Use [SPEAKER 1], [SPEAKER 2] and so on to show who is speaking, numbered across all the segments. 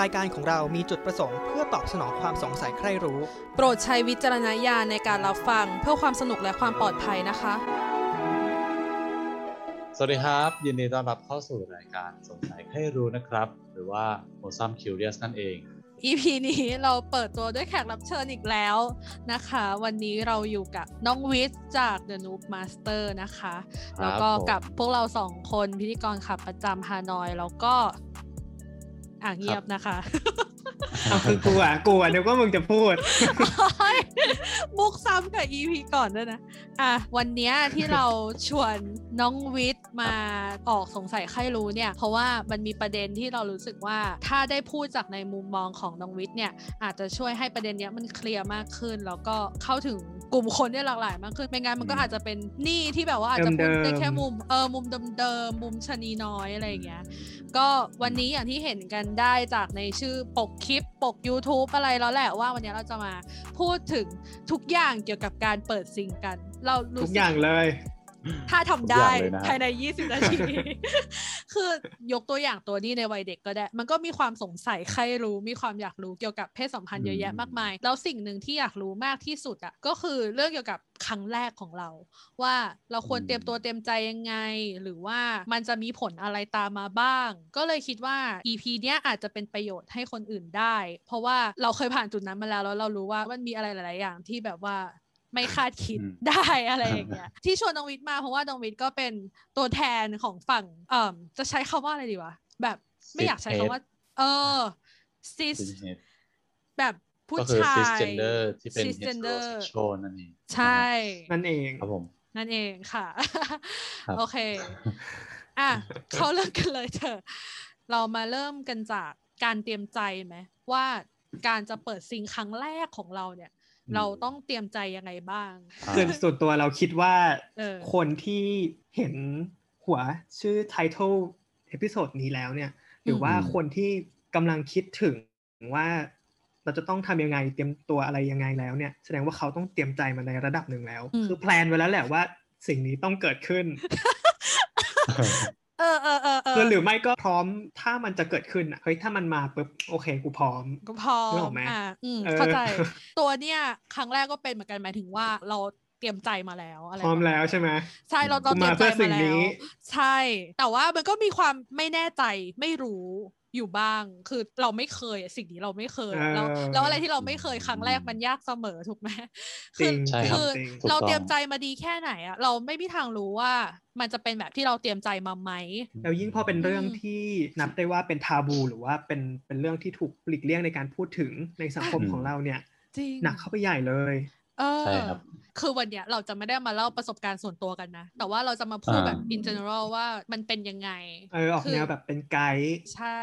[SPEAKER 1] รายการของเรามีจุดประสงค์เพื่อตอบสนองความสงสัยใครรู้
[SPEAKER 2] โปรดใช้วิจารณญาณในการรับฟัง เพื่อความสนุกและความปลอดภัยนะคะ
[SPEAKER 3] สวัสดีครับ ยินดีต้อนรับเข้าสู่รายการสงสัยให้รู้นะครับ หรือว่า o s u m Curious นั่นเอง
[SPEAKER 2] EP นี้เราเปิดตัวด้วยแขกรับเชิญอีกแล้วนะคะ วันนี้เราอยู่กับน้องวิทย์จาก The Noob Master นะคะ
[SPEAKER 3] ครับ
[SPEAKER 2] แล้วก็
[SPEAKER 3] ผม
[SPEAKER 2] กับพวกเราสองคนพิธีกรขับประจำฮานอย แล้วก็อ่ะเงียบนะคะ
[SPEAKER 1] เอาคือกลัวกลัวเดี๋ยวก็มึงจะพูด
[SPEAKER 2] โอ๊ยมุกซ้ำกับ EP ก่อนด้วยนะ อ่ะ วันเนี้ยที่เราชวนน้องวิทย์มาออกสงสัยใครรู้เนี่ย เพราะว่ามันมีประเด็นที่เรารู้สึกว่า ถ้าได้พูดจากในมุมมองของน้องวิทย์เนี่ย อาจจะช่วยให้ประเด็นเนี้ยมันเคลียร์มากขึ้น แล้วก็เข้าถึงกลุ่มคนได้หลากหลายมากขึ้นไม่งั้นมันก็อาจจะเป็นหนี้ที่แบบว่าอาจจะพูดได้แค่มุมเออมุมเดิมๆมุมชะนีน้อยอะไรอย่างเงี้ย ก็วันนี้อย่างที่เห็นกันได้จากในชื่อปกคลิปปก YouTube อะไรแล้วแหละว่าวันนี้เราจะมาพูดถึงทุกอย่างเกี่ยวกับการเปิดซิงกัน เรารู้
[SPEAKER 4] ทุก
[SPEAKER 2] สึก
[SPEAKER 4] อย่างเลย
[SPEAKER 2] ถ้าทำ
[SPEAKER 3] ทุกอ
[SPEAKER 2] ได้
[SPEAKER 3] ย่างเลยนะ
[SPEAKER 2] ภายใน 20 นาที คือยกตัวอย่างตัวนี้ในวัยเด็กก็ได้ มันก็มีความสงสัยใครรู้มีความอยากรู้เกี่ยวกับเพศสัมพันธ์เยอะแยะมากมาย แล้วสิ่งหนึ่งที่อยากรู้มากที่สุดอ่ะก็คือเรื่องเกี่ยวกับครั้งแรกของเรา ว่าเราควร
[SPEAKER 3] อืม
[SPEAKER 2] เตรียมตัวเตรียมใจยังไง หรือว่ามันจะมีผลอะไรตามมาบ้าง ก็เลยคิดว่า EP เนี้ยอาจจะเป็นประโยชน์ให้คนอื่นได้ เพราะว่าเราเคยผ่านจุดนั้นมาแล้วแล้วเรารู้ว่ามันมีอะไรหลาย ๆ อย่างที่แบบว่าไม่คาดคิด
[SPEAKER 3] อืม
[SPEAKER 2] ได้อะไรอย่างเงี้ย ที่ชวนน้องวิทย์มาเพราะว่าน้องวิทย์ก็เป็นตัวแทนของฝั่งเอ่อจะใช้คำว่าอะไรดีวะแบบไม่อยากใช้คำว่า เออซิส
[SPEAKER 3] Cishet
[SPEAKER 2] แบบผู้
[SPEAKER 3] ก็คือ
[SPEAKER 2] ชาย
[SPEAKER 3] cisgender ที่เป็น
[SPEAKER 2] cisgender
[SPEAKER 3] heterosexual นั่นเอง
[SPEAKER 2] ใช่
[SPEAKER 4] นั่นเอง
[SPEAKER 3] ครับผม
[SPEAKER 2] นั่นเองค่ะ
[SPEAKER 3] ครับ
[SPEAKER 2] โอเค อ่ะ เข้าเรื่องกันเลยเถอะ เรามาเริ่มกันจากการเตรียมใจไหมว่าการจะเปิดซิงครั้งแรกของเราเนี่ย เราต้องเตรียมใจยังไงบ้าง
[SPEAKER 3] อ่า
[SPEAKER 4] คือส่วนตัวเราคิดว่า
[SPEAKER 2] เออ
[SPEAKER 4] คนที่เห็นหัวชื่อไทท l e เอพิโซดนี้แล้วเนี่ย หรือว่า
[SPEAKER 3] อืม
[SPEAKER 4] คนที่กำลังคิดถึงว่าเราจะต้องทำยังไงเตรียมตัวอะไรยังไงแล้วเนี่ย แสดงว่าเขาต้องเตรียมใจมาในระดับหนึ่งแล้ว
[SPEAKER 2] อืม
[SPEAKER 4] คือแพลนไว้แล้วแหละว่าสิ่งนี้ต้องเกิดขึ้น
[SPEAKER 2] เออเออเออเอ
[SPEAKER 4] คือ
[SPEAKER 2] อ
[SPEAKER 4] หรือไม่ก็พร้อมถ้ามันจะเกิดขึ้นอะเฮ้ยถ้ามันมาปุ๊บโอเคกูพร้อม
[SPEAKER 2] ก็พอ
[SPEAKER 4] นึกออกไหม
[SPEAKER 2] อ่ะอืม
[SPEAKER 4] เออ
[SPEAKER 2] เข้าใจ ตัวเนี่ยครั้งแรกก็เป็นเหมือนกันหมายถึงว่าเราเตรียมใจมาแล้วอะไร
[SPEAKER 4] พร้อมแล้วใช่ไหม
[SPEAKER 2] ใช่เราเราเตรียมใจ
[SPEAKER 4] กูมาเพื่อสิ่
[SPEAKER 2] มาง แล้
[SPEAKER 4] นี้
[SPEAKER 2] ว ใช่ แต่ว่ามันก็มีความไม่แน่ใจไม่รู้อยู่บ้าง คือเราไม่เคยอะสิ่งนี้เราไม่เคยอะแล้ว
[SPEAKER 4] เออ
[SPEAKER 2] แล้วอะไรที่เราไม่เคยครั้งแรกมันยากเสมอถูกไหม
[SPEAKER 4] จริง
[SPEAKER 3] ใช่
[SPEAKER 4] จริง
[SPEAKER 3] ครับ
[SPEAKER 2] คือ
[SPEAKER 4] จริง
[SPEAKER 3] ถูกต้อง
[SPEAKER 2] เราเตรียมใจมาดีแค่ไหนอะเราไม่มีทางรู้ว่า มันจะเป็นแบบที่เราเตรียมใจมาไหม
[SPEAKER 4] แล้วยิ่งพอ เป็นเรื่อง
[SPEAKER 2] อืม
[SPEAKER 4] ที่นับได้ว่าเป็นทาบู หรือว่าเป็นเป็นเรื่องที่ถูกปลีกเลี่ยงในการพูดถึงในสังคม
[SPEAKER 3] อืม
[SPEAKER 4] ของเราเนี่ย
[SPEAKER 2] จริง
[SPEAKER 4] หนักเข้าไปใหญ่เลย
[SPEAKER 2] เออ
[SPEAKER 3] ใช่ครับ
[SPEAKER 2] คือวันเนี้ยเราจะไม่ได้มาเล่าประสบการณ์ส่วนตัวกันนะ แต่ว่าเราจะมาพูด
[SPEAKER 3] อ่า
[SPEAKER 2] แบบ in general ว่ามันเป็นยังไง
[SPEAKER 4] เออออก
[SPEAKER 2] คือ
[SPEAKER 4] แนวแบบเป็นไกด์
[SPEAKER 2] ใช่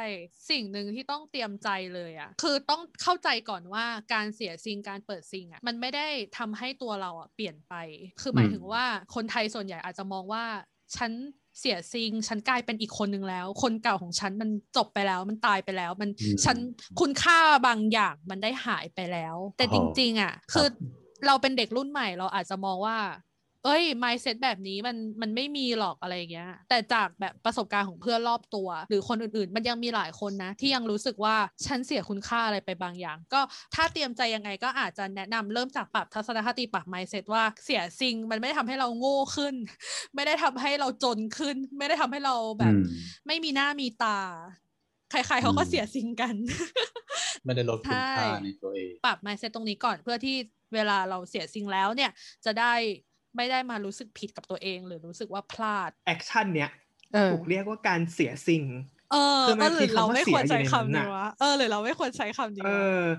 [SPEAKER 2] สิ่งหนึ่งที่ต้องเตรียมใจเลยอะ่ะ คือต้องเข้าใจก่อนว่าการเสียซิงการเปิดซิงอะ่ะ มันไม่ได้ทำให้ตัวเราอะ่ะเปลี่ยนไป คือหมายถึงว่าคนไทยส่วนใหญ่อาจจะมองว่า ฉันเสียซิง ฉันกลายเป็นอีกคนนึงแล้ว คนเก่าของฉันมันจบไปแล้ว มันตายไปแล้ว มัน
[SPEAKER 3] อืม
[SPEAKER 2] ฉันคุณค่าบางอย่างมันได้หายไปแล้ว แต่
[SPEAKER 3] อ๋อ
[SPEAKER 2] จริงๆอะ่ะ
[SPEAKER 3] ครับ
[SPEAKER 2] คือเราเป็นเด็กรุ่นใหม่เราอาจจะมองว่า เอ้ย mindset แบบนี้มันมันไม่มีหรอกอะไรอย่างเงี้ย แต่จากแบบประสบการณ์ของเพื่อนรอบตัว หรือคนอื่นๆ มันยังมีหลายคนนะ ที่ยังรู้สึกว่าฉันเสียคุณค่าอะไรไปบางอย่าง ก็ถ้าเตรียมใจยังไงก็อาจจะแนะนำเริ่มจากปรับทัศนคติปรับ mindset ว่าเสียสิ่งมันไม่ได้ทำให้เราโง่ขึ้น ไม่ได้ทำให้เราจนขึ้น ไม่ได้ทำให้เราแบบ
[SPEAKER 3] อืม
[SPEAKER 2] ไม่มีหน้ามีตา ใครๆเขาก็
[SPEAKER 3] อืม
[SPEAKER 2] เสียสิ่งกัน
[SPEAKER 3] ไม่ได้ลดคุณค่า
[SPEAKER 2] ใช่
[SPEAKER 3] ในตัวเอง
[SPEAKER 2] ปรับ mindset ตรงนี้ก่อนเพื่อที่เวลาเราเสียสิ่งแล้วเนี่ย จะได้ไม่ได้มารู้สึกผิดกับตัวเอง หรือรู้สึกว่าพลาด
[SPEAKER 4] แอคชั่นเนี่ย
[SPEAKER 2] เออ
[SPEAKER 4] ถูกเรียกว่าการเสียสิ่ง
[SPEAKER 2] เออ
[SPEAKER 4] คือมัน
[SPEAKER 2] หรือเราไม่ควรใช้คำ
[SPEAKER 4] มีคำว่าเสียอยู่ในนั้น
[SPEAKER 2] นี้
[SPEAKER 4] น่ะ
[SPEAKER 2] วะเออหรือเราไม่ควรใช้คำนี้
[SPEAKER 4] เอ
[SPEAKER 2] วะ
[SPEAKER 4] อ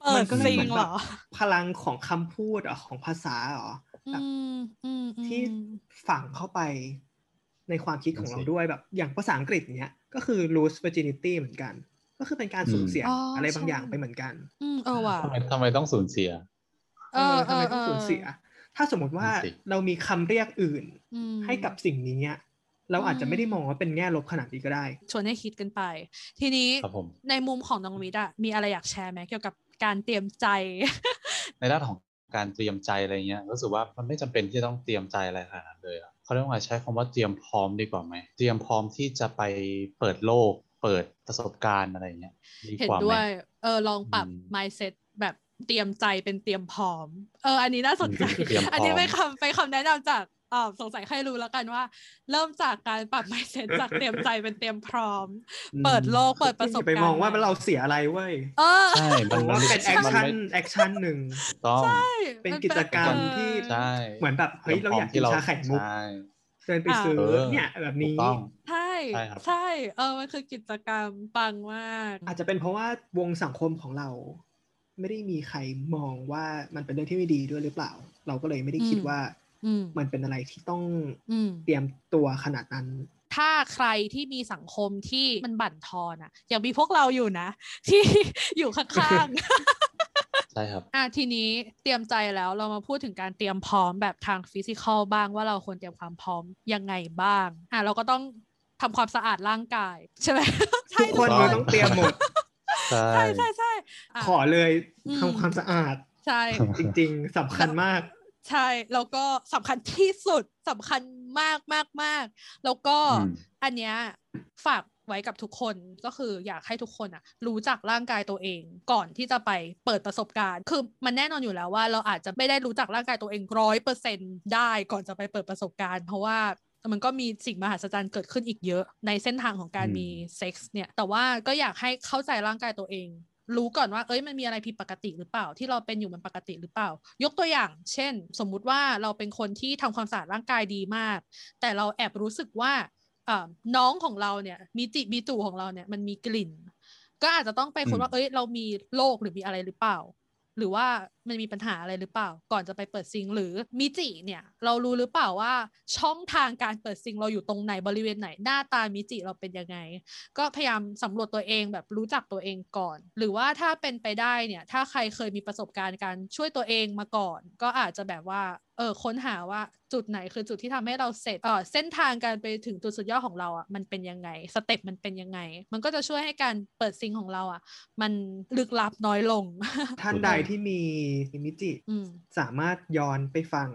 [SPEAKER 2] เปิ
[SPEAKER 4] มัน
[SPEAKER 2] ด
[SPEAKER 4] ก็เลย
[SPEAKER 2] ซิง
[SPEAKER 4] เหมือน
[SPEAKER 2] เห
[SPEAKER 4] แบ
[SPEAKER 2] ร
[SPEAKER 4] บ
[SPEAKER 2] อ
[SPEAKER 4] พลังของคำพูดเหรอของภาษาเหรอ
[SPEAKER 2] อืมอืมอืม
[SPEAKER 4] ที่ ฝังเข้าไปในความคิดของเรา
[SPEAKER 3] นั่นสิ
[SPEAKER 4] ด้วยแบบ อย่างภาษาอังกฤษเนี้ยก็คือ lose virginity เหมือนกัน ก็คือเป็นการสูญ
[SPEAKER 3] อืม
[SPEAKER 4] เสีย
[SPEAKER 2] อ๋ออ
[SPEAKER 4] อะไรบาง
[SPEAKER 2] ใช่
[SPEAKER 4] อย่างไปเหมือนกัน
[SPEAKER 2] อืมเออว่ะ
[SPEAKER 3] ทำไมทำไมต้องสูญเสีย
[SPEAKER 4] เออทำไมต้องสูญเสีย ถ้าสมมติว่า
[SPEAKER 3] นั่นสิ
[SPEAKER 4] เรามีคำเรียกอื่น
[SPEAKER 2] อืม
[SPEAKER 4] ให้กับสิ่งนี้อะเราอาจจะไม่ได้
[SPEAKER 2] อืม
[SPEAKER 4] มองว่าเป็นแง่ลบขนาดนี้ก็ได้
[SPEAKER 2] ชวนให้คิดกันไป ทีนี้
[SPEAKER 3] ครับผม
[SPEAKER 2] ในมุมของน้องวิทย์อะมีอะไรอยากแชร์ไหมเกี่ยวกับการเตรียมใจ
[SPEAKER 3] ในด้านของการเตรียมใจอะไรเงี้ยรู้สึกว่ามันไม่จำเป็นที่จะต้องเตรียมใจอะไรขนาดนั้นเลยอะเขาเรียกว่าใช้คำว่าเตรียมพร้อมดีกว่าไหมเตรียมพร้อมที่จะไปเปิดโลก เปิดประสบการณ์อะไรอย่างเงี้ยดี
[SPEAKER 2] เห็
[SPEAKER 3] ก
[SPEAKER 2] น
[SPEAKER 3] ว่าไห
[SPEAKER 2] ด้
[SPEAKER 3] ม
[SPEAKER 2] วย เออ ลองปรับ
[SPEAKER 3] อืม
[SPEAKER 2] mindset แบบเตรียมใจเป็นเตรียมพร้อม เออ อันนี้น่าสนใจ
[SPEAKER 3] เตรียมพร้อ ม
[SPEAKER 2] อันนี้เป็นคำเป็นคำแนะนำจากเอ่อสงสัยใครรู้แล้วกันว่า เริ่มจากการปรับ mindset จากเตรียมใจเป็นเตรียมพร้อม เปิดโลกเปิดประสบการณ์
[SPEAKER 4] ไปมองว่าเราเสียอะไรเว้ย
[SPEAKER 2] เออ
[SPEAKER 3] ใช่
[SPEAKER 4] ผ
[SPEAKER 3] มัน
[SPEAKER 4] ม
[SPEAKER 3] มั
[SPEAKER 4] ว่า เป็นแอค
[SPEAKER 3] มั
[SPEAKER 4] ชั่น
[SPEAKER 3] ไม่
[SPEAKER 4] แอคชั่นหนึ่ง
[SPEAKER 3] ถูกต้อง
[SPEAKER 4] เป็นกิจกรรม
[SPEAKER 2] เออ
[SPEAKER 4] ที่
[SPEAKER 3] ใช่
[SPEAKER 4] เหมือนแบบเฮ้ยเราอยากกินชาไข่มุก
[SPEAKER 3] ใช่
[SPEAKER 4] เดินไปซื้อ
[SPEAKER 3] เออ
[SPEAKER 4] เนี่ยแบบ
[SPEAKER 3] ถูก
[SPEAKER 4] นี้
[SPEAKER 3] ต้อง
[SPEAKER 2] ใช่
[SPEAKER 3] ใช่ครับ
[SPEAKER 2] ใช่ เออ มันคือกิจกรรมปังมาก
[SPEAKER 4] อาจจะเป็นเพราะว่าวงสังคมของเรา ไม่ได้มีใครมองว่ามันเป็นเรื่องที่ไม่ดีด้วยหรือเปล่า เราก็เลยไม่ได้คิด
[SPEAKER 2] อืม
[SPEAKER 4] ว่า
[SPEAKER 2] อืม
[SPEAKER 4] มันเป็นอะไรที่ต้อง
[SPEAKER 2] อืม
[SPEAKER 4] เตรียมตัวขนาดนั้น
[SPEAKER 2] ถ้าใครที่มีสังคมที่มันบั่นทอนอ่ะอย่างมีพวกเราอยู่นะ ที่ อยู่ข้างๆ
[SPEAKER 3] ใช่ครับ
[SPEAKER 2] อ่ะทีนี้เตรียมใจแล้วเรามาพูดถึงการเตรียมพร้อมแบบทางฟิสิกอลบ้างว่าเราควรเตรียมความพร้อมยังไงบ้างอ่ะเราก็ต้องทำความสะอาดร่างกาย ใช่ไหม ใช่
[SPEAKER 4] ทุกคน
[SPEAKER 3] ถู
[SPEAKER 4] มัน
[SPEAKER 3] กต้
[SPEAKER 4] ต้
[SPEAKER 3] อ
[SPEAKER 4] อง งเตรียมหมด
[SPEAKER 3] ใช่
[SPEAKER 2] ใช่ใช่ใช่อ่ะ
[SPEAKER 4] ขอเลย
[SPEAKER 2] อืม
[SPEAKER 4] ทำความสะอาด
[SPEAKER 2] ใช่
[SPEAKER 4] จริง ๆสำคัญ มาก
[SPEAKER 2] ใช่แล้วก็สำคัญที่สุดสำคัญมากมากมากแล้วก็
[SPEAKER 3] อืม
[SPEAKER 2] อันเนี้ยฝากไว้กับทุกคนก็คืออยากให้ทุกคนอะรู้จักร่างกายตัวเอง ก่อนที่จะไปเปิดประสบการณ์ คือมันแน่นอนอยู่แล้วว่าเราอาจจะไม่ได้รู้จักร่างกายตัวเองร้อยเปอร์เซ็นได้ก่อนจะไปเปิดประสบการณ์ เพราะว่ามันก็มีสิ่งมหัศจรรย์เกิดขึ้นอีกเยอะ ในเส้นทางของการ
[SPEAKER 3] อืม
[SPEAKER 2] มีเซ็กส์เนี่ยแต่ว่าก็อยากให้เข้าใจร่างกายตัวเอง รู้ก่อนว่า เอ้ย มันมีอะไรผิดปกติหรือเปล่า ที่เราเป็นอยู่มันปกติหรือเปล่า ยกตัวอย่าง เช่น สมมุติว่าเราเป็นคนที่ทำความสะอาดร่างกายดีมาก แต่เราแอบรู้สึกว่าเอ่อน้องของเราเนี่ย มีจิมีจูของเราเนี่ย มันมีกลิ่น ก็อาจจะต้องไปคนว่า เอ้ย เรามีโรคหรือมีอะไรหรือเปล่า หรือว่ามันมีปัญหาอะไรหรือเปล่า ก่อนจะไปเปิดซิงค์หรือมิจิเนี่ย เรารู้หรือเปล่าว่าช่องทางการเปิดซิงค์เราอยู่ตรงไหนบริเวณไหนหน้าตามิจิเราเป็นยังไง ก็พยายามสำรวจตัวเองแบบรู้จักตัวเองก่อน หรือว่าถ้าเป็นไปได้เนี่ย ถ้าใครเคยมีประสบการณ์การช่วยตัวเองมาก่อน ก็อาจจะแบบว่าเออค้นหาว่าจุดไหนคือจุดที่ทำให้เราเสร็จเออเส้นทางการไปถึงจุดสุดยอดของเราอะ่ะมันเป็นยังไงสเต็ปมันเป็นยังไง มันก็จะช่วยให้การเปิดซิงค์ของเราอะ่ะ มันลึกลับน้อยลง
[SPEAKER 4] ท่านใดที่มีมิจิ
[SPEAKER 2] อืม
[SPEAKER 4] สามารถย้อนไปฟั ง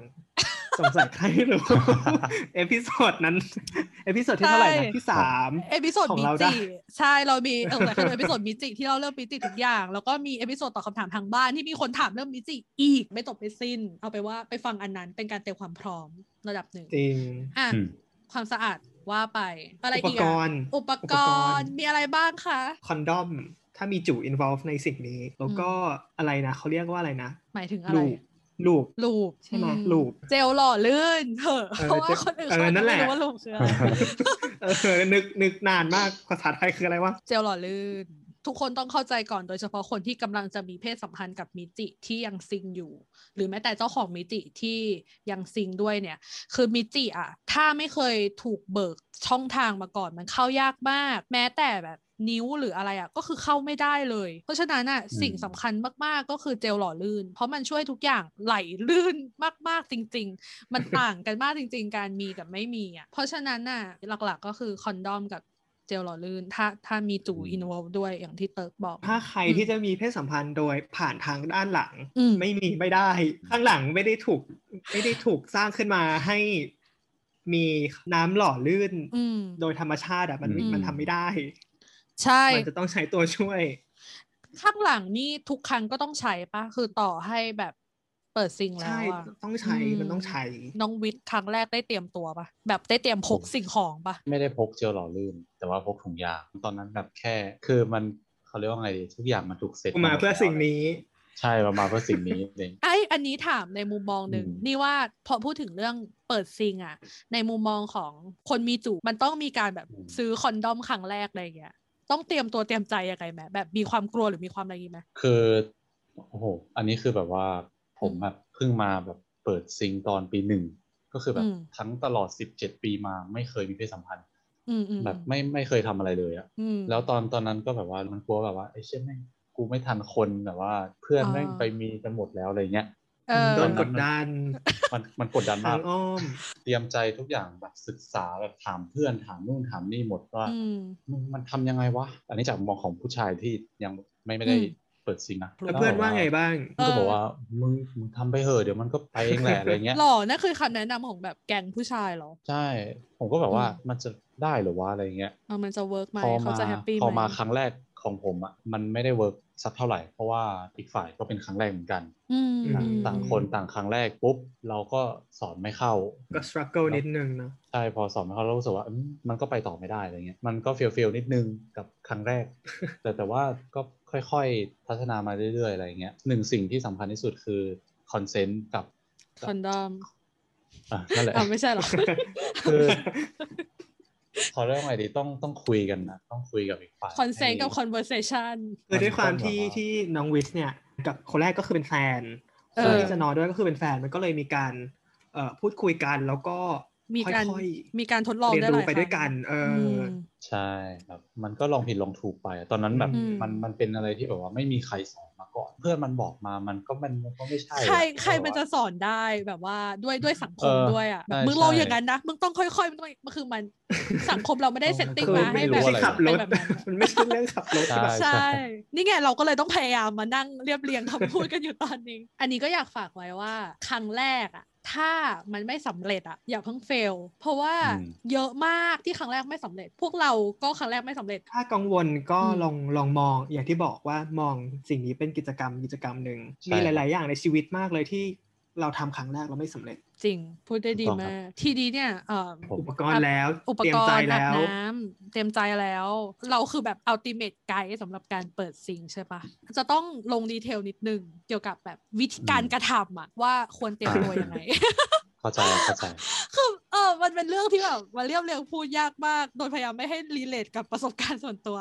[SPEAKER 4] สงสัยใครไม่รู้ เอพิโซดนั้น เอพิโซดที่เท่าไหร่
[SPEAKER 2] ใช่
[SPEAKER 4] นะที่สาม
[SPEAKER 2] เอพิโซด
[SPEAKER 4] ของ
[SPEAKER 2] มิ
[SPEAKER 4] เราได้
[SPEAKER 2] จิใช่เรามีเออแต่คือเอพิโซดมิจิที่เราเริ่มมิจิทุกอย่าง แล้วก็มีเอพิโซดตอบคำถามทางบ้านที่มีคนถามเรื่องมิจิอีกไม่จบไม่สิ้น เอาไปว่าไปฟังอันนั้นเป็นการเตรียมความพร้อมระดับหนึ่ง
[SPEAKER 4] จริง
[SPEAKER 2] อ่ะ
[SPEAKER 3] อืม
[SPEAKER 2] ความสะอาดว่าไป อะไร
[SPEAKER 4] อุป
[SPEAKER 2] อีก
[SPEAKER 4] ก
[SPEAKER 2] อะ
[SPEAKER 4] รณ์
[SPEAKER 2] อุปกรณ์มีอะไรบ้างคะ
[SPEAKER 4] คอนดอม ถ้ามีจู่ involve ในสิ่งนี้ แล้วก็อะไรนะเขาเรียกว่าอะไรนะ
[SPEAKER 2] หมายถึงอะไร
[SPEAKER 4] ลูบลูบ
[SPEAKER 2] ลูบ
[SPEAKER 4] ใช่ไหม
[SPEAKER 2] อื
[SPEAKER 4] ลูบ
[SPEAKER 2] เจลหล่อลื่นเถอะ
[SPEAKER 4] เออ
[SPEAKER 2] เพราะว่า
[SPEAKER 4] เจล
[SPEAKER 2] คนอื่น
[SPEAKER 4] เออ
[SPEAKER 2] เขา
[SPEAKER 4] นั่
[SPEAKER 2] จะ
[SPEAKER 4] นแห
[SPEAKER 2] ไม่
[SPEAKER 4] ละ
[SPEAKER 2] รู้ว่าลูบคืออะไร
[SPEAKER 4] เออ นึกนึกนานมาก ภาษาไทยคืออะไรวะ
[SPEAKER 2] เจลหล่อลื่น ทุกคนต้องเข้าใจก่อนโดยเฉพาะคนที่กำลังจะมีเพศสัมพันธ์กับมิจิที่ยังซิงอยู่ หรือแม้แต่เจ้าของมิจิที่ยังซิงด้วยเนี่ย คือมิจิอะถ้าไม่เคยถูกเบิกช่องทางมาก่อนมันเข้ายากมาก แม้แต่แบบนิ้วหรืออะไรอะก็คือเข้าไม่ได้เลย เพราะฉะนั้นอะ
[SPEAKER 3] อืม
[SPEAKER 2] สิ่งสำคัญมากๆก็คือเจลหล่อลื่น เพราะมันช่วยทุกอย่างไหลลื่นมากๆจริง ๆ มันต่างกันมากจริง ๆ การมีกับไม่มีอ่ะ เพราะฉะนั้นน่ะ หลักๆก็คือคอนดอมกับเจลหล่อลื่น ถ้าถ้ามีจู่
[SPEAKER 3] อืม
[SPEAKER 2] อินวอลด้วยอย่างที่เติร์กบอก
[SPEAKER 4] ถ้าใคร
[SPEAKER 2] อืม
[SPEAKER 4] ที่จะมีเพศสัมพันธ์โดยผ่านทางด้านหลัง
[SPEAKER 2] อืม
[SPEAKER 4] ไม่มีไม่ได้ ข้างหลังไม่ได้ถูก ไม่ได้ถูกสร้างขึ้นมาให้มีน้ำหล่อลื่น
[SPEAKER 2] อืม
[SPEAKER 4] โดยธรรมชาติอะมันไม่
[SPEAKER 2] อืม
[SPEAKER 4] มันทำไม่ได้
[SPEAKER 2] ใช่
[SPEAKER 4] มันจะต้องใช้ตัวช่วย
[SPEAKER 2] ข้างหลังนี่ทุกครั้งก็ต้องใช้ปะคือต่อให้แบบเปิดซิงแล้ว
[SPEAKER 4] ใช่
[SPEAKER 2] อะ
[SPEAKER 4] ต้องใช้
[SPEAKER 2] อืม
[SPEAKER 4] มันต้องใช้
[SPEAKER 2] น้องวิทย์ครั้งแรกได้เตรียมตัวปะแบบได้เตรียมพกสิ่งของปะ
[SPEAKER 3] ไม่ได้พกเจลหล่อลื่น แต่ว่าพกถุงยางตอนนั้นแบบแค่ คือมันเขาเรียกว่าไงดีทุกอย่างมันถูกเสร็จ
[SPEAKER 4] มาเพื่อสิ่งนี้
[SPEAKER 3] ใช่เรามาเพื่อสิ่งนี้เอง
[SPEAKER 2] ไอยอันนี้ถามในมุมมองหนึ่ง
[SPEAKER 3] อืม
[SPEAKER 2] นี่ว่าพอพูดถึงเรื่องเปิดซิงอะในมุมมองของคนมีจู่มันต้องมีการแบบซื้อคอนดอมครั้งแรกอะไรอย่างเงี้ยต้องเตรียมตัวเตรียมใจยังไงไหมแบบมีความกลัวหรือมีความอะไรอย่างงี้ไหม
[SPEAKER 3] คือโอ้โห อันนี้คือแบบว่าผม
[SPEAKER 2] อืม
[SPEAKER 3] แบบเพิ่งมาแบบเปิดซิงตอนปีหนึ่ง ก็คือแบ
[SPEAKER 2] อื
[SPEAKER 3] บ
[SPEAKER 2] ม
[SPEAKER 3] ทั้งตลอด 17 ปีมาไม่เคยมีเพศสัมพันธ์
[SPEAKER 2] อืมอืม
[SPEAKER 3] แบบไม่ไม่เคยทำอะไรเลยอะ
[SPEAKER 2] อืม
[SPEAKER 3] แล้วตอนตอนนั้นก็แบบว่ามันกลัวแบบว่าไอ้เชี่ยแม่งกูไม่ทันคนแบบว่าเพื่อน
[SPEAKER 2] อ่า
[SPEAKER 3] แม่งไปมีกันหมดแล้วอะไรเงี้ย
[SPEAKER 2] เออ
[SPEAKER 4] โดน
[SPEAKER 3] มั
[SPEAKER 4] กดดัน
[SPEAKER 3] มันมันกดดันมา ก
[SPEAKER 4] ทางอ้อม
[SPEAKER 3] เตรียมใจทุกอย่างแบบศึกษาแบบถามเพื่อนถามนู่นถามนี่หมดว่า
[SPEAKER 2] อืม
[SPEAKER 3] มันมันทำยังไงวะ อันนี้จากมุมมองของผู้ชายที่ยังไม่ไม่ได้
[SPEAKER 2] อืม
[SPEAKER 3] เปิดซิงค์นะ
[SPEAKER 4] แล้วเพื่อนว่าไงบ้าง
[SPEAKER 2] เออ
[SPEAKER 3] ก็บอกว่ามึงมึงทำไปเหอะเดี๋ยวมันก็ไปเองแหละอะไรเงี้ย
[SPEAKER 2] หล่อนั่นคือคำแนะนำของแบบแก๊งผู้ชายเหรอ
[SPEAKER 3] ใช่ ผมก็แบบว่า
[SPEAKER 2] อืม
[SPEAKER 3] มันจะได้เหรือว่าอะไรเงี้ย
[SPEAKER 2] เออมันจะเวิร์กไหม
[SPEAKER 3] พอ
[SPEAKER 2] เขา
[SPEAKER 3] มา
[SPEAKER 2] จะแฮปปี้ไห
[SPEAKER 3] พอ
[SPEAKER 2] ม
[SPEAKER 3] มาครั้งแรกของผมอ่ะมันไม่ได้เวิร์กสักเท่าไหร่ เพราะว่าอีกฝ่ายก็เป็นครั้งแรกเหมือนกัน
[SPEAKER 2] อืม
[SPEAKER 4] ต่าง
[SPEAKER 2] อืม
[SPEAKER 3] ต่างคนต่างครั้งแรกปุ๊บเราก็สอนไม่เข้า
[SPEAKER 4] ก็สครัลเกิลนิดนึงเนาะ
[SPEAKER 3] ใช่พอสอนไม่เข้าเรารู้สึกว่าอืมมันก็ไปต่อไม่ได้อะไรเงี้ยมันก็เฟลเฟลนิดนึงกับครั้งแรก แต่แต่ว่าก็ค่อยๆพัฒนามาเรื่อยๆอะไรเงี้ยหนึ่งสิ่งที่สำคัญที่สุดคือคอนเซนต์กับ
[SPEAKER 2] คอนดอม
[SPEAKER 3] อ่ะนั่นแหละ
[SPEAKER 2] อ่าไม่ใช่หรอ
[SPEAKER 3] คือขอเรียกว่าไงดีต้องต้องคุยกันนะต้องคุยกับอีกฝ่าย
[SPEAKER 2] คอนเซนต์กับ
[SPEAKER 3] ให้
[SPEAKER 2] conversation
[SPEAKER 4] คือด้วยความ
[SPEAKER 3] มันต้อง
[SPEAKER 4] ที่
[SPEAKER 3] แบบว่า
[SPEAKER 4] ที่น้องวิสเนี่ยกับคนแรกก็คือเป็นแฟน
[SPEAKER 2] เอ
[SPEAKER 4] คน
[SPEAKER 2] อ
[SPEAKER 4] ที่จะนอนด้วยก็คือเป็นแฟนมันก็เลยมีการเอ่อพูดคุยกันแล้วก็
[SPEAKER 2] มีการ
[SPEAKER 4] ค่อย
[SPEAKER 2] มีการทดลอง
[SPEAKER 4] ๆเรียน
[SPEAKER 2] ได้ห
[SPEAKER 4] รู้
[SPEAKER 2] ลาย
[SPEAKER 4] ไปด้วยกัน เอ
[SPEAKER 2] ครั้ง
[SPEAKER 4] อ
[SPEAKER 2] ม
[SPEAKER 4] อ
[SPEAKER 3] ใช่ครับมันก็ลองผิดลองถูกไปอะตอนนั้นแบบ
[SPEAKER 2] อืม
[SPEAKER 3] มันมันเป็นอะไรที่แบบว่าไม่มีใครสอนมาก่อน เพื่อนมันบอกมามันก็มันมันก็ไม่ใช่อะ
[SPEAKER 2] ใครใคร
[SPEAKER 3] เพาว่า
[SPEAKER 2] มันจะสอนได้แบบว่าด้วยด้วยสังคม
[SPEAKER 3] เออ
[SPEAKER 2] ด้วยอ่ะแบบ
[SPEAKER 3] ใช่
[SPEAKER 2] มึงลอง
[SPEAKER 3] ใช่
[SPEAKER 2] อย่างนั้นนะมึงต้องค่อยๆ มันต้องมันคือมัน สังคมเราไม่ได้
[SPEAKER 3] เออ
[SPEAKER 2] เซตติ้ง
[SPEAKER 4] คือ
[SPEAKER 2] มา
[SPEAKER 4] ไม่
[SPEAKER 2] ให้
[SPEAKER 4] รู้
[SPEAKER 2] แบบ
[SPEAKER 3] อะไร
[SPEAKER 4] ขับร
[SPEAKER 2] เป็น
[SPEAKER 4] ถ
[SPEAKER 2] แบบนั้น
[SPEAKER 4] มันไม่ใช่เรื่องขับรถ
[SPEAKER 3] ใช่
[SPEAKER 4] ใช่ปะ
[SPEAKER 2] ใช่ นี่ไงเราก็เลยต้องพยายามมานั่งเรียบเรียงคำพูดกันอยู่ตอนนี้ อันนี้ก็อยากฝากไว้ว่า ครั้งแรกอ่ะ ถ้ามันไม่สำเร็จอ่ะอย่าเพิ่งเฟล เพราะว่า
[SPEAKER 3] อืม
[SPEAKER 2] เยอะมากที่ครั้งแรกไม่สำเร็จ พวกเราก็ครั้งแรกไม่สำเร็จ
[SPEAKER 4] ถ้ากังวลก็
[SPEAKER 2] อืม
[SPEAKER 4] ลองลองมองอย่างที่บอกว่ามองสิ่งนี้เป็นกิจกรรมกิจกรรมหนึ่ง
[SPEAKER 3] ใช่
[SPEAKER 4] มีห
[SPEAKER 3] ครั
[SPEAKER 4] ลาย
[SPEAKER 3] บ
[SPEAKER 4] ๆ อย่างในชีวิตมากเลยที่เราทำครั้งแรกเราไม่สำเร็จ
[SPEAKER 2] จริง พูดได้ดี
[SPEAKER 3] ถูกต้อง
[SPEAKER 2] มา
[SPEAKER 3] ครับ
[SPEAKER 2] ก ทีนี้เนี่ยเอ่อ
[SPEAKER 3] ผม
[SPEAKER 4] อุปกรณ์แล้ว
[SPEAKER 2] อุป
[SPEAKER 4] เตรีย
[SPEAKER 2] ก
[SPEAKER 4] ม
[SPEAKER 2] ร
[SPEAKER 4] ใจ
[SPEAKER 2] ณ์อาบ
[SPEAKER 4] แล้ว
[SPEAKER 2] น้ำเตรียมใจแล้ว เราคือแบบอัลติเม e ไกด์สำหรับการเปิดซิงค์ใช่ปะจะต้องลงดีเทลนิดนึง เกี่ยวกับแบบวิธีการกระทำอะว่าควรเตรียมตัวยังไง
[SPEAKER 3] เข้าใจเข้าใจ
[SPEAKER 2] คือ เออมันเป็นเรื่องที่แบบมาเรียบเรียงพูดยากมาก โดยพยายามไม่ให้รีเลทกับประสบการณ์ส่วนตัว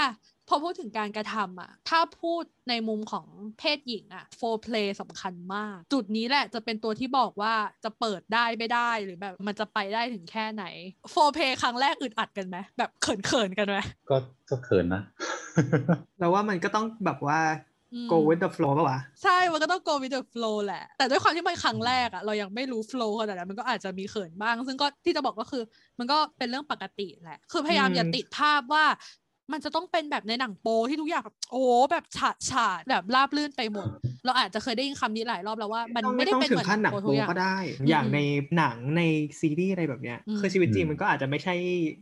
[SPEAKER 2] อ่ะ พอพูดถึงการกระทำอ่ะ ถ้าพูดในมุมของเพศหญิงอ่ะโฟเพลสำคัญมาก จุดนี้แหละจะเป็นตัวที่บอกว่าจะเปิดได้ไม่ได้หรือแบบมันจะไปได้ถึงแค่ไหนโฟเพลครั้งแรกอึดอัดกันไหมแบบเขินเขินๆกันไหม
[SPEAKER 3] ก็ก็เขินนะ
[SPEAKER 4] เราว่ามันก็ต้องแบบว่า
[SPEAKER 2] อืม
[SPEAKER 4] go with the flow ป่ะวะ
[SPEAKER 2] ใช่ มันก็ต้อง go with the flow แหละ แต่ด้วยความที่มันครั้งแรกอะเรายังไม่รู้ flow ขนาดนั้น มันก็อาจจะมีเขินบ้าง ซึ่งก็ที่จะบอกก็คือ มันก็เป็นเรื่องปกติแหละ คือพยายาม
[SPEAKER 4] อืม
[SPEAKER 2] อย่าติดภาพว่า มันจะต้องเป็นแบบในหนังโปที่ทุกอย่างแบบโอ้โหแบบฉาดฉาดแบบราบลื่นไปหมด เราอาจจะเคยได้ยินคำนี้หลายรอบแล้วว่า มัน
[SPEAKER 4] ต้อง
[SPEAKER 2] ไม่ได้
[SPEAKER 4] ต้อง
[SPEAKER 2] เป็น
[SPEAKER 4] ถึ
[SPEAKER 2] เหมื
[SPEAKER 4] ง
[SPEAKER 2] อน
[SPEAKER 4] ขั้นหนัง
[SPEAKER 2] โป
[SPEAKER 4] โป
[SPEAKER 2] ทุกอย่าง
[SPEAKER 4] ก็ได้
[SPEAKER 2] อืม
[SPEAKER 4] อย่างในหนังในซีรีส์อะไรแบบเนี้ย
[SPEAKER 2] อืม
[SPEAKER 4] คือชีวิตจริ
[SPEAKER 3] อื
[SPEAKER 4] ง
[SPEAKER 3] ม
[SPEAKER 4] มันก็อาจจะไม่ใช่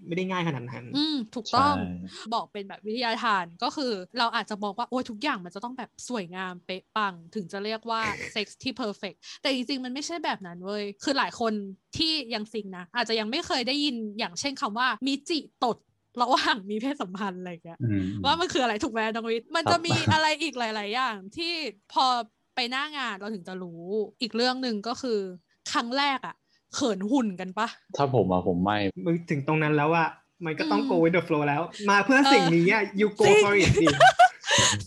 [SPEAKER 4] ไม่ได้ง่ายขนาดนั้น
[SPEAKER 2] อืมถูก ต้อง
[SPEAKER 3] ใช่
[SPEAKER 2] บอกเป็นแบบวิทยาทานก็คือ เราอาจจะมองว่าโอ้ยทุกอย่างมันจะต้องแบบสวยงามเป๊ะปัง ถึงจะเรียก ว่า เซ็กซ์ที่เพอร์เฟกแต่จริงๆ มันไม่ใช่แบบนั้นเว้ย คือหลายคนที่ยังซิงนะ อาจจะยังไม่เคยได้ยินอย่างเช่นคำว่ามิจิตดระหว่างมีเพศสัมพันธ์อะไรอย่างเงี้ย
[SPEAKER 3] อืม
[SPEAKER 2] ว่ามันคืออะไรถูกไหมน้องวิทย์มัน
[SPEAKER 3] ครับ
[SPEAKER 2] จะมีอะไรอีกหลาย ๆ อย่าง ที่พอไปหน้างานเราถึงจะรู้ อีกเรื่องหนึ่งก็คือ ครั้งแรกอะเขินหุ่นกันปะ
[SPEAKER 3] ถ้าผมอะผมไม่
[SPEAKER 4] มึงถึงตรงนั้นแล้วว่ามันก็ต้อง
[SPEAKER 2] อืม
[SPEAKER 4] go with the flow แล้ว มาเพื่อสิ่งนี้อะ you go
[SPEAKER 2] จริง
[SPEAKER 4] for it ดิ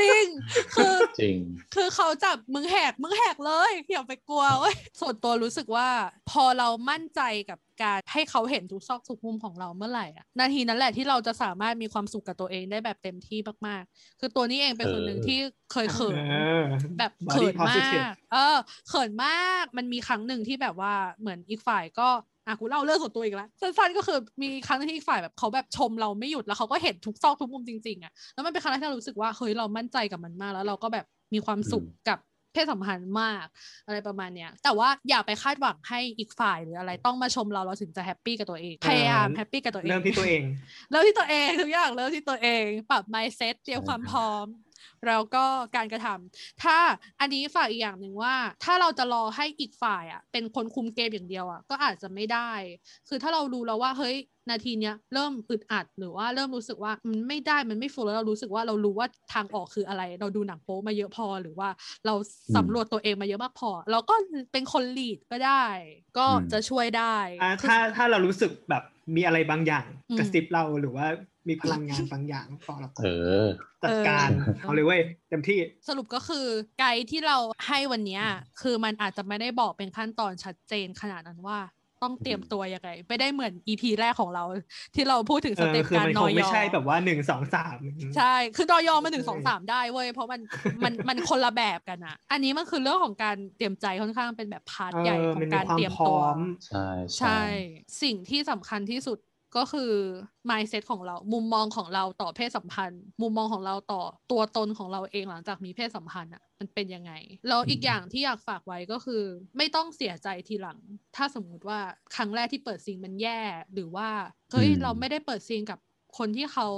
[SPEAKER 2] จริงคือ
[SPEAKER 3] จริง
[SPEAKER 2] คือเขาจับมึงแหกมึงแหกเลยอย่าไปกลัวเว้ยส่วนตัวรู้สึกว่า พอเรามั่นใจกับการให้เขาเห็นทุกซอกทุกมุมของเราเมื่อไหร่อะนาทีนั้นแหละที่เราจะสามารถมีความสุขกับตัวเองได้แบบเต็มที่มากๆ คือตัวนี้เองเป็น
[SPEAKER 3] เออ
[SPEAKER 2] คนหนึ่งที่เคยเขิน
[SPEAKER 4] เออ
[SPEAKER 2] แบบเขิ
[SPEAKER 4] body
[SPEAKER 2] นมาก
[SPEAKER 4] positive
[SPEAKER 2] เออเขินมาก มันมีครั้งหนึ่งที่แบบว่าเหมือนอีกฝ่ายก็อ่ะกูเล่าเรื่องส่วนตัวอีกแล้วสั้นๆก็คือมีครั้งหนึ่งที่อีกฝ่ายแบบเขาแบบชมเราไม่หยุดแล้วเขาก็เห็นทุกซอกทุกมุมจริงๆอ่ะแล้วมันเป็นครั้งแรกที่เรารู้สึกว่าเฮ้ยเรามั่นใจกับมันมากแล้วเราก็แบบมีความสุขกับเพศสัมพันธ์มาก อะไรประมาณเนี้ยแต่ว่าอย่าไปคาดหวังให้อีกฝ่ายหรืออะไรต้องมาชมเราเราถึงจะแฮปปี้กับตัวเองพยายามแฮปปี้กับตัวเอง
[SPEAKER 4] เริ่มที่ตัวเอง
[SPEAKER 2] เริ่มที่ตัวเองทุกอย่างเริ่มที่ตัวเองปรับ mindset เตรียมความพร้อม แล้วก็การกระทำถ้าอันนี้ฝากอีกอย่างหนึ่งว่า ถ้าเราจะรอให้อีกฝ่ายอ่ะ เป็นคนคุมเกมอย่างเดียวอ่ะก็อาจจะไม่ได้ คือถ้าเรารู้แล้วว่าเฮ้ยนาทีเนี้ยเริ่มอึดอัดหรือว่าเริ่มรู้สึกว่ามันไม่ได้มันไม่ฟูแล้วเรารู้สึกว่าเรารู้ว่าทางออกคืออะไร เราดูหนังโป๊มาเยอะพอหรือว่าเราสำรวจตัวเองมาเยอะมากพอ เราก็เป็นคนลีดก็ได้ ก็
[SPEAKER 3] อืม
[SPEAKER 2] จะช่วยได้
[SPEAKER 4] อ่าถ้าถ้าเรารู้สึกแบบมีอะไรบางอย่าง
[SPEAKER 2] อืม
[SPEAKER 4] กระซิบเราหรือว่ามีพลังงานบางอย่างต่อเรา
[SPEAKER 3] เออ
[SPEAKER 4] จัดการเอาเลยเว้ยเต็มที่
[SPEAKER 2] สรุปก็คือไกด์ที่เราให้วันเนี้ยคือมันอาจจะไม่ได้บอกเป็นขั้นตอนชัดเจนขนาดนั้นว่า ต้องเตรียมตัวยังไงไม่ได้เหมือน EP แรกของเรา ที่เราพูดถึง
[SPEAKER 4] เอ
[SPEAKER 2] ส
[SPEAKER 4] อ
[SPEAKER 2] เต็ป
[SPEAKER 4] คือ
[SPEAKER 2] การ
[SPEAKER 4] มัน
[SPEAKER 2] น
[SPEAKER 4] ค
[SPEAKER 2] อง ย
[SPEAKER 4] ไม่
[SPEAKER 2] อ
[SPEAKER 4] ใช่แบบว่าหนึ่งสองสาม
[SPEAKER 2] ใช่ คือนอยอมันหนึ่งสองสามได้เว้ย เพราะมัน มันมันคนละแบบกันอะอันนี้มันคือเรื่องของการเตรียมใจค่อนข้างเป็นแบบพาร์ท
[SPEAKER 4] เอ
[SPEAKER 2] ใหญ่
[SPEAKER 4] อ
[SPEAKER 2] ขอ
[SPEAKER 4] มัน
[SPEAKER 2] ง
[SPEAKER 4] มี
[SPEAKER 2] การ
[SPEAKER 4] ความ
[SPEAKER 2] เตรียม
[SPEAKER 4] พร้
[SPEAKER 2] ตัว
[SPEAKER 4] อม
[SPEAKER 3] ใช่
[SPEAKER 2] ใช่ สิ่งที่สำคัญที่สุด ก็คือ mindset ของเรามุมมองของเราต่อเพศสัมพันธ์ มุมมองของเราต่อตัวตนของเราเองหลังจากมีเพศสัมพันธ์อ่ะมันเป็นยังไงแล้วอีกอย่างที่อยากฝากไว้ก็คือ ไม่ต้องเสียใจทีหลัง ถ้าสมมุติว่าครั้งแรกที่เปิดซิงมันแย่ หรือว่าเฮ้ย
[SPEAKER 3] อืม
[SPEAKER 2] เราไม่ได้เปิดซิงกับคนที่เขา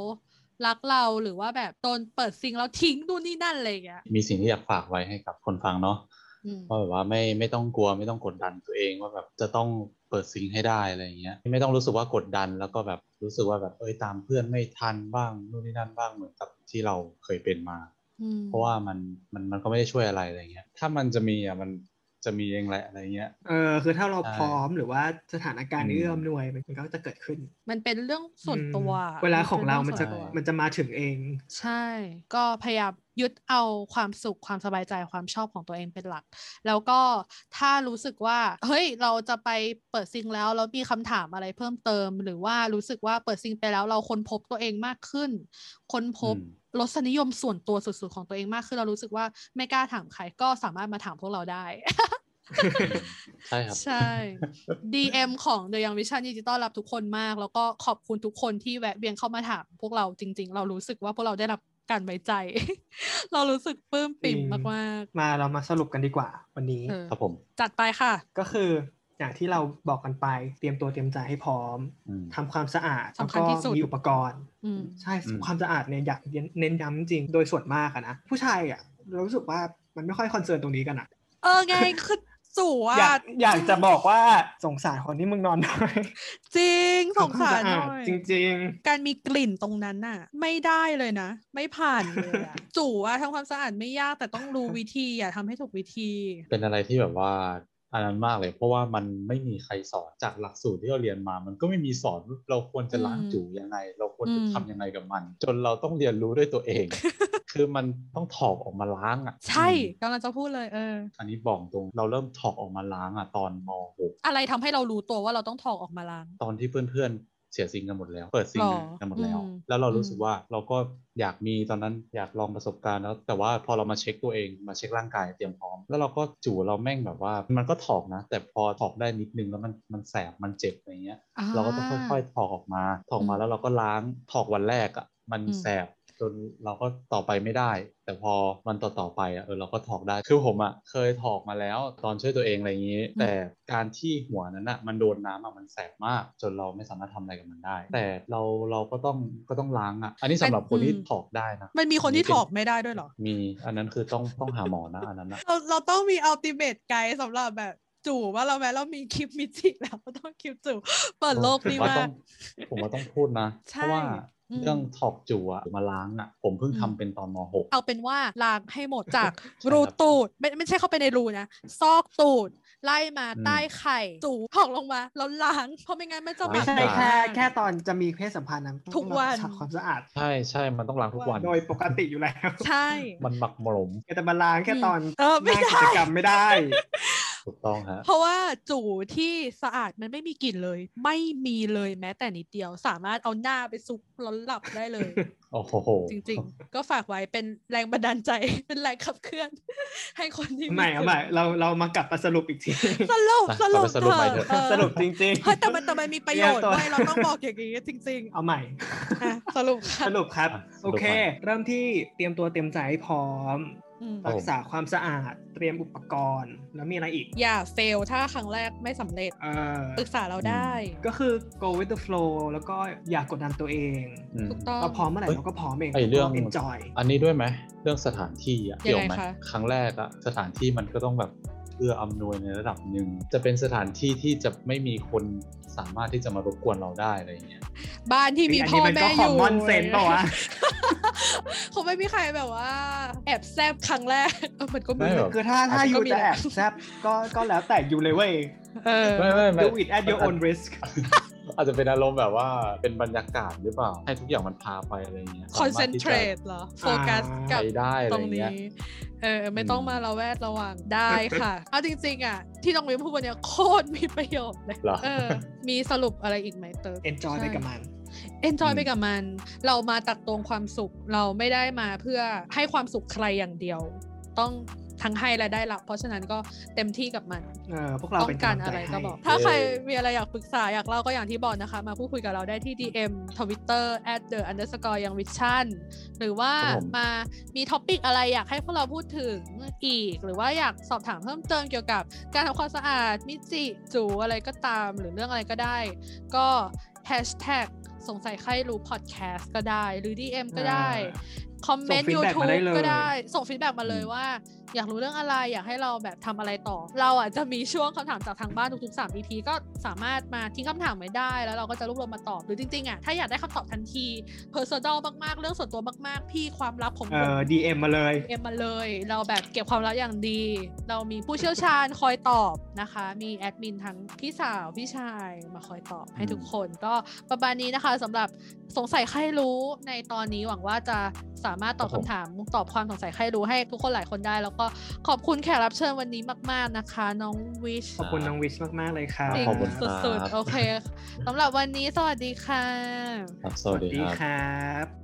[SPEAKER 2] รักเราหรือว่าแบบโดนเปิดซิงแล้วทิ้งนู่นนี่นั่นอะไรอย่างเงี้ย
[SPEAKER 3] มีสิ่งที่อยากฝากไว้ให้กับคนฟังเนาะ
[SPEAKER 2] อืม
[SPEAKER 3] ว่าแบบว่าไม่ไม่ต้องกลัวไม่ต้องกดดันตัวเองว่าแบบจะต้องเปิดซิงค์ให้ได้อะไรอย่างเงี้ยไม่ต้องรู้สึกว่ากดดันแล้วก็แบบรู้สึกว่าแบบเอ้ยตามเพื่อนไม่ทันบ้างนู่นนี่นั่นบ้างเหมือนกับที่เราเคยเป็นมา
[SPEAKER 2] อืม
[SPEAKER 3] เพราะว่ามันมันมันก็ไม่ได้ช่วยอะไรอะไรเงี้ยถ้ามันจะมีอ่ะมันจะมีเองแหละอะไรเงี้ย
[SPEAKER 4] เออคือถ้าเรา
[SPEAKER 3] ใช่
[SPEAKER 4] พร้อมหรือว่าสถานการณ์
[SPEAKER 3] อืม
[SPEAKER 4] เอื้อมหน่วย มันก็จะเกิดขึ้น
[SPEAKER 2] มันเป็นเรื่องส่วนตัว
[SPEAKER 4] อืมเวลาของเรามันจะ
[SPEAKER 2] ป็รื่องส่วตัว
[SPEAKER 4] มันจะมาถึงเอง
[SPEAKER 2] ใช่ ก็พยายามยึดเอาความสุขความสบายใจความชอบของตัวเองเป็นหลัก แล้วก็ถ้ารู้สึกว่า เฮ้ย เราจะไปเปิดซิงแล้วแล้วมีคำถามอะไรเพิ่มเติม หรือว่ารู้สึกว่าเปิดซิงไปแล้วเราค้นพบตัวเองมากขึ้น ค้นพบ
[SPEAKER 3] อืม
[SPEAKER 2] รสนิยมส่วนตัวสุดๆของตัวเองมากขึ้นเรารู้สึกว่าไม่กล้าถามใครก็สามารถมาถามพวกเราได้
[SPEAKER 3] ใช่ครับ
[SPEAKER 2] ใช่ DM ของ The Young Vision ยินดีต้อนรับทุกคนมาก แล้วก็ขอบคุณทุกคนที่แวะเวียนเข้ามาถามพวกเราจริง ๆ เรารู้สึกว่าพวกเราได้รับการไว้ใจ เรารู้สึกปลื้มปิ่ม
[SPEAKER 4] จริง
[SPEAKER 2] มาก
[SPEAKER 4] มาเรามาสรุปกันดีกว่าวันนี้
[SPEAKER 2] ๆเออ
[SPEAKER 3] ครับผม
[SPEAKER 2] จัดไปค่ะ
[SPEAKER 4] ก็คืออย่างที่เราบอกกันไปเตรียมตัวเตรียมใจให้พร้อม
[SPEAKER 3] อืม
[SPEAKER 4] ทำความสะอาดแล้ว
[SPEAKER 2] สำคัญ
[SPEAKER 4] ก็
[SPEAKER 2] ที่สุด
[SPEAKER 4] มีอุปกรณ์
[SPEAKER 2] อืม
[SPEAKER 4] ใช่
[SPEAKER 3] อืม
[SPEAKER 4] ความสะอาดเนี่ยอยากเน้นย้ำจริงโดยส่วนมากอะนะผู้ชายอะเรารู้สึกว่ามันไม่ค่อยคอนเซิร์นตรงนี้กันอะ
[SPEAKER 2] เออไงคือสู
[SPEAKER 4] อยา
[SPEAKER 2] อ่ะ
[SPEAKER 4] กอยากจะบอกว่าสงสารคนที่มึงนอนน้อย
[SPEAKER 2] จริงสงสารหน่อย
[SPEAKER 4] จริง
[SPEAKER 2] การมีกลิ่นตรงนั้นน่ะ ไม่ได้เลยนะ ไม่ผ่านเลยอะจู่อะทำความสะอาดไม่ยากแต่ต้องรู้วิธีอย่าทำให้ถูกวิธี
[SPEAKER 3] เป็นอะไรที่แบบว่าอันนั้นมากเลย เพราะว่ามันไม่มีใครสอนจากหลักสูตรที่เราเรียนมา มันก็ไม่มีสอนว่าเราควรจะล้าง
[SPEAKER 2] อืม
[SPEAKER 3] จูยังไง เราควรจะ
[SPEAKER 2] อืม
[SPEAKER 3] ทำยังไงกับมัน จนเราต้องเรียนรู้ด้วยตัวเอง คือมันต้องถอกออกมาล้างอ่ะ
[SPEAKER 2] ใช่
[SPEAKER 3] อืม
[SPEAKER 2] กำลังจะพูดเลยเออ
[SPEAKER 3] อันนี้บอกตรงเราเริ่มถอกออกมาล้างอ่ะตอนม .6
[SPEAKER 2] อะไรทำให้เรารู้ตัวว่าเราต้องถอกออกมาล้าง
[SPEAKER 3] ตอนที่เพื่อนๆเสียซิงกันหมดแล้ว เปิดซิง
[SPEAKER 2] หรอ
[SPEAKER 3] กันหมดแล้ว
[SPEAKER 2] อืม
[SPEAKER 3] แล้วเรารู้สึก
[SPEAKER 2] อืม
[SPEAKER 3] ว่าเราก็อยากมีตอนนั้นอยากลองประสบการณ์แล้วแต่ว่าพอเรามาเช็คตัวเองมาเช็คร่างกายเตรียมพร้อม แล้วเราก็จู่เราแม่งแบบว่า มันก็ถอกนะ แต่พอถอกได้นิดนึงแล้วมันมันแสบมันเจ็บอะไรเงี้ย เราก็ต้องค่อยๆถอกออกมา ถอกมา
[SPEAKER 2] อืม
[SPEAKER 3] แล้วเราก็ล้างถอกวันแรกอะ่ะมัน
[SPEAKER 2] อืม
[SPEAKER 3] แสบจนเราก็ต่อไปไม่ได้ แต่พอมันต่อต่อๆไปอะ่ะเออเราก็ถอกได้คือผมอะ่ะเคยถอกมาแล้วตอนช่วยตัวเองอะไรอย่างนี้ แต่การที่หัวนั้นอะ่ะมันโดนน้ำอะ่ะมันแสบมาก จนเราไม่สามารถทำอะไรกับมันได้ แต่เราเราก็ต้องก็ต้องล้างอะ่ะ อันนี้สำหรับคนที่ถอกได้นะ
[SPEAKER 2] มันมีคนที่ถอกไม่ได้ด้วยเหรอ
[SPEAKER 3] มีอันนั้นคือต้องต้องหาหมอนะอันนั้นนะ
[SPEAKER 2] เราเราต้องมีอัลติเมทไกด์สำหรับแบบจู่ว่าเราแม้เรามีคลิปมิจิแล้วเราต้องคลิปจู่เปิดโลกนี้
[SPEAKER 3] ผมว่
[SPEAKER 2] มา
[SPEAKER 3] ต้อก งผมว่าต้องพูดนะ
[SPEAKER 2] ใช่
[SPEAKER 3] เพราะว่า
[SPEAKER 2] อืม
[SPEAKER 3] เรื่องถอกจั่วมาล้างอ่ะ ผมเพิ่ง
[SPEAKER 2] อืม
[SPEAKER 3] ทำเป็นตอนม .6
[SPEAKER 2] เอาเป็นว่าล้างให้หมดจากรูตูด ไม่ไม่ใช่เข้าไปในรูนะ ซอกตูด ไล่มา
[SPEAKER 3] อืม
[SPEAKER 2] ใต้ไข่จู่ถอกลงมาแล้วล้างเพราะไม่งั้นมันจะ
[SPEAKER 3] ล้าง
[SPEAKER 4] ไม่ใช่
[SPEAKER 2] หก
[SPEAKER 4] แค่แค่ตอนจะมีเพศสัมพันธ์นะ
[SPEAKER 2] ทุกวัน
[SPEAKER 4] ต้องรัษาความสะอาด
[SPEAKER 3] ใช่ใช่มันต้องล้างทุกวัน
[SPEAKER 4] โดยปกติอยู่แล้ว
[SPEAKER 2] ใช่
[SPEAKER 3] มันหมักหมม
[SPEAKER 4] แต่มาล้างแค่ตอน
[SPEAKER 2] เออไม่ได้
[SPEAKER 4] หน้ากิจกรรมไม่ได้
[SPEAKER 3] ถูกต้องฮะ
[SPEAKER 2] เพราะว่าจู่ที่สะอาดมันไม่มีกลิ่นเลย ไม่มีเลยแม้แต่นิดเดียวสามารถเอาหน้าไปซุกร้อนหลับได้เลย
[SPEAKER 3] โอ้โห
[SPEAKER 2] จริงๆ ก็ฝากไว้เป็นแรงบันดาลใจ เป็นแรงขับเคลื่อน ให้คนที่
[SPEAKER 4] ใหม่เอาใหม่เราเรามากลับมาสรุปอีกที
[SPEAKER 2] สรุป
[SPEAKER 3] นะ
[SPEAKER 2] สรุ
[SPEAKER 3] เรา
[SPEAKER 2] ป
[SPEAKER 3] ไปสรุปใหม่เถอะ
[SPEAKER 2] เถอะ
[SPEAKER 4] สรุปจริง
[SPEAKER 2] เฮ้ยแต่มันแต่มันมีประโยช น์
[SPEAKER 4] แกตัว
[SPEAKER 2] ด้วยเราต้องบอกอย่างนี้จริงๆ
[SPEAKER 4] เอาใหม่
[SPEAKER 2] อ่ะสรุปค่ะ
[SPEAKER 4] สรุปครับ
[SPEAKER 3] อ่ะส
[SPEAKER 4] โอ
[SPEAKER 3] รุป
[SPEAKER 4] เค
[SPEAKER 3] ใหม่
[SPEAKER 4] เริ่มที่เตรียมตัวเตรียมใจให้พร้อม
[SPEAKER 2] อืม
[SPEAKER 3] ครั
[SPEAKER 4] รั
[SPEAKER 3] บผม
[SPEAKER 4] กษาความสะอาด เตรียมอุปกรณ์ แล้วมีอะไรอีก
[SPEAKER 2] อย่าเฟลถ้าครั้งแรกไม่สำเร็จ
[SPEAKER 4] เออ
[SPEAKER 2] ปรึกษาเราได้
[SPEAKER 4] ก็คือ go with the flow แล้วก็อย่ากดดันตัวเอง
[SPEAKER 3] อืม
[SPEAKER 2] ถูกต้อง
[SPEAKER 4] เราพร้อมเมื่อไหร่
[SPEAKER 3] เฮ้ย
[SPEAKER 4] เราก็พร้อมเอง
[SPEAKER 3] ไอ้เรื่อง
[SPEAKER 4] ก็ enjoy
[SPEAKER 3] อันนี้ด้วยไหม เรื่องสถานที่อะ
[SPEAKER 2] ยังไง
[SPEAKER 3] เกี่ยวไหม
[SPEAKER 2] คะ
[SPEAKER 3] ครั้งแรกอะสถานที่มันก็ต้องแบบเอื้ออำนวยในระดับหนึ่ง จะเป็นสถานที่ที่จะไม่มีคนสามารถที่จะมารบกวนเราได้อะไรอย่างเงี้ย
[SPEAKER 2] บ้านที่มี
[SPEAKER 4] อัน
[SPEAKER 2] พ่
[SPEAKER 4] นี้
[SPEAKER 2] อ
[SPEAKER 4] มัน
[SPEAKER 2] แม่
[SPEAKER 4] ก็
[SPEAKER 2] อยู่
[SPEAKER 4] common sense ปะวะ
[SPEAKER 2] คงไม่มีใครแบบว่า แอบแซบครั้งแรก เออมันก็
[SPEAKER 3] ไม่หรอก
[SPEAKER 4] คือถ้าถ้า
[SPEAKER 2] มั
[SPEAKER 4] อ
[SPEAKER 2] นก็
[SPEAKER 4] ยู่
[SPEAKER 2] มี
[SPEAKER 4] จะแอบ
[SPEAKER 2] นะ
[SPEAKER 4] แซบก็ก็แล้วแต่อยู่เลยเว้ย
[SPEAKER 2] เออ
[SPEAKER 3] ไม่ไม่ไม่
[SPEAKER 4] do it at your own risk
[SPEAKER 3] อาจจะเป็นอารมณ์แบบว่าเป็นบรรยากาศหรือเปล่า ให้ทุกอย่างมันพาไปอะไรอย่างเงี้ย
[SPEAKER 2] คอนเซนเทรตเหรอ โฟกัส
[SPEAKER 3] สามารถที่จะ
[SPEAKER 2] กับ
[SPEAKER 3] ไปได้อะ
[SPEAKER 2] ต
[SPEAKER 3] ไร
[SPEAKER 2] ร
[SPEAKER 3] อง ย่างเงี้
[SPEAKER 2] นี้
[SPEAKER 3] ย
[SPEAKER 2] เออ ไม่ต้องมาระแวดระวัง ได้ ค่ะ เอาจริง ๆ อ่ะ ที่น้องวิวพูดวันเนี้ยโคตรมีประโยชน์เลย
[SPEAKER 3] เหรอ
[SPEAKER 2] เออ มีสรุปอะไรอีกไหมเติร์
[SPEAKER 4] enjoy
[SPEAKER 2] ใช่
[SPEAKER 4] ไปกับมัน
[SPEAKER 2] เอนจอย
[SPEAKER 3] อืม
[SPEAKER 2] ไปกับมัน เรามาตักตวงความสุข เราไม่ได้มาเพื่อให้ความสุขใครอย่างเดียว ต้อง ทั้งให้และได้รับ เพราะฉะนั้นก็เต็มที่กับมัน
[SPEAKER 4] เออพวกเรา
[SPEAKER 2] ต้อ
[SPEAKER 4] เป็
[SPEAKER 2] งการ
[SPEAKER 4] นำลัง
[SPEAKER 2] อะ
[SPEAKER 4] ใจ
[SPEAKER 2] ไรก็
[SPEAKER 4] ให้
[SPEAKER 2] บอก ถ้าใครมีอะไรอยากปรึกษาอยากเล่าก็อย่างที่บอกนะคะ มาพูดคุยกับเราได้ที่ DM Twitter at the underscore y o u n g v i s i o n หรือว่า
[SPEAKER 3] ครับผม
[SPEAKER 2] มามีท็อปิกอะไรอยากให้พวกเราพูดถึงอีก หรือว่าอยากสอบถามเพิ่มเติมเกี่ยวกับการทำความสะอาด มิจิจูอะไรก็ตาม หรือเรื่องอะไรก็ได้ ก็ hashtag สงสัยใครรู้ podcast ก็ได้ หรือ DM ก็ได้ คอมเมนต์
[SPEAKER 4] ส่ง feedback มา
[SPEAKER 2] YouTube
[SPEAKER 4] ได้เลย
[SPEAKER 2] ก็ได้ ส่งฟีดแบ็กมาเลย
[SPEAKER 3] อืม
[SPEAKER 2] ว่า อยากรู้เรื่องอะไรอยากให้เราแบบทำอะไรต่อ เราอ่ะจะมีช่วงคำถามจากทางบ้านทุกๆ3 EP ก็สามารถมาทิ้งคำถามไว้ได้ แล้วเราก็จะรวบรวมมาตอบ หรือจริงๆอ่ะถ้าอยากได้คำตอบทันที เพอร์ซ a l มากๆ เรื่องส่วนตัวมากๆ พี่ความลับของ
[SPEAKER 4] เอ
[SPEAKER 2] ผม
[SPEAKER 4] อ DM มาเลย
[SPEAKER 2] เอ็มมาเลย เราแบบเก็บความลับอย่างดี เรามีผู้เชี่ยวชาญคอยตอบนะคะ มีแอดมินทั้งพี่สาวพี่ชายมาคอยตอบให้ทุกคน ก็ประมาณนี้นะคะสำหรับสงสัยใครรู้ในตอนนี้หวังว่าจะสามารถตอบ
[SPEAKER 3] ครับผม
[SPEAKER 2] คำถามตอบความสงสัยใครรู้ให้ทุกคนหลายคนได้ แล้วก็ขอบคุณแขกรับเชิญวันนี้มาก ๆนะคะ น้องวิช
[SPEAKER 4] ขอบคุณน้องวิชมาก ๆ เลยครับ
[SPEAKER 2] จริง
[SPEAKER 3] ขอบคุณครับ
[SPEAKER 2] สุดๆ โอเคสำหรับวันนี้สวัสดีค่ะ
[SPEAKER 3] ครับส
[SPEAKER 4] ส
[SPEAKER 3] วั
[SPEAKER 4] วั
[SPEAKER 3] ส
[SPEAKER 4] ส
[SPEAKER 3] ดี
[SPEAKER 4] ดี
[SPEAKER 3] ครับ
[SPEAKER 4] ครับ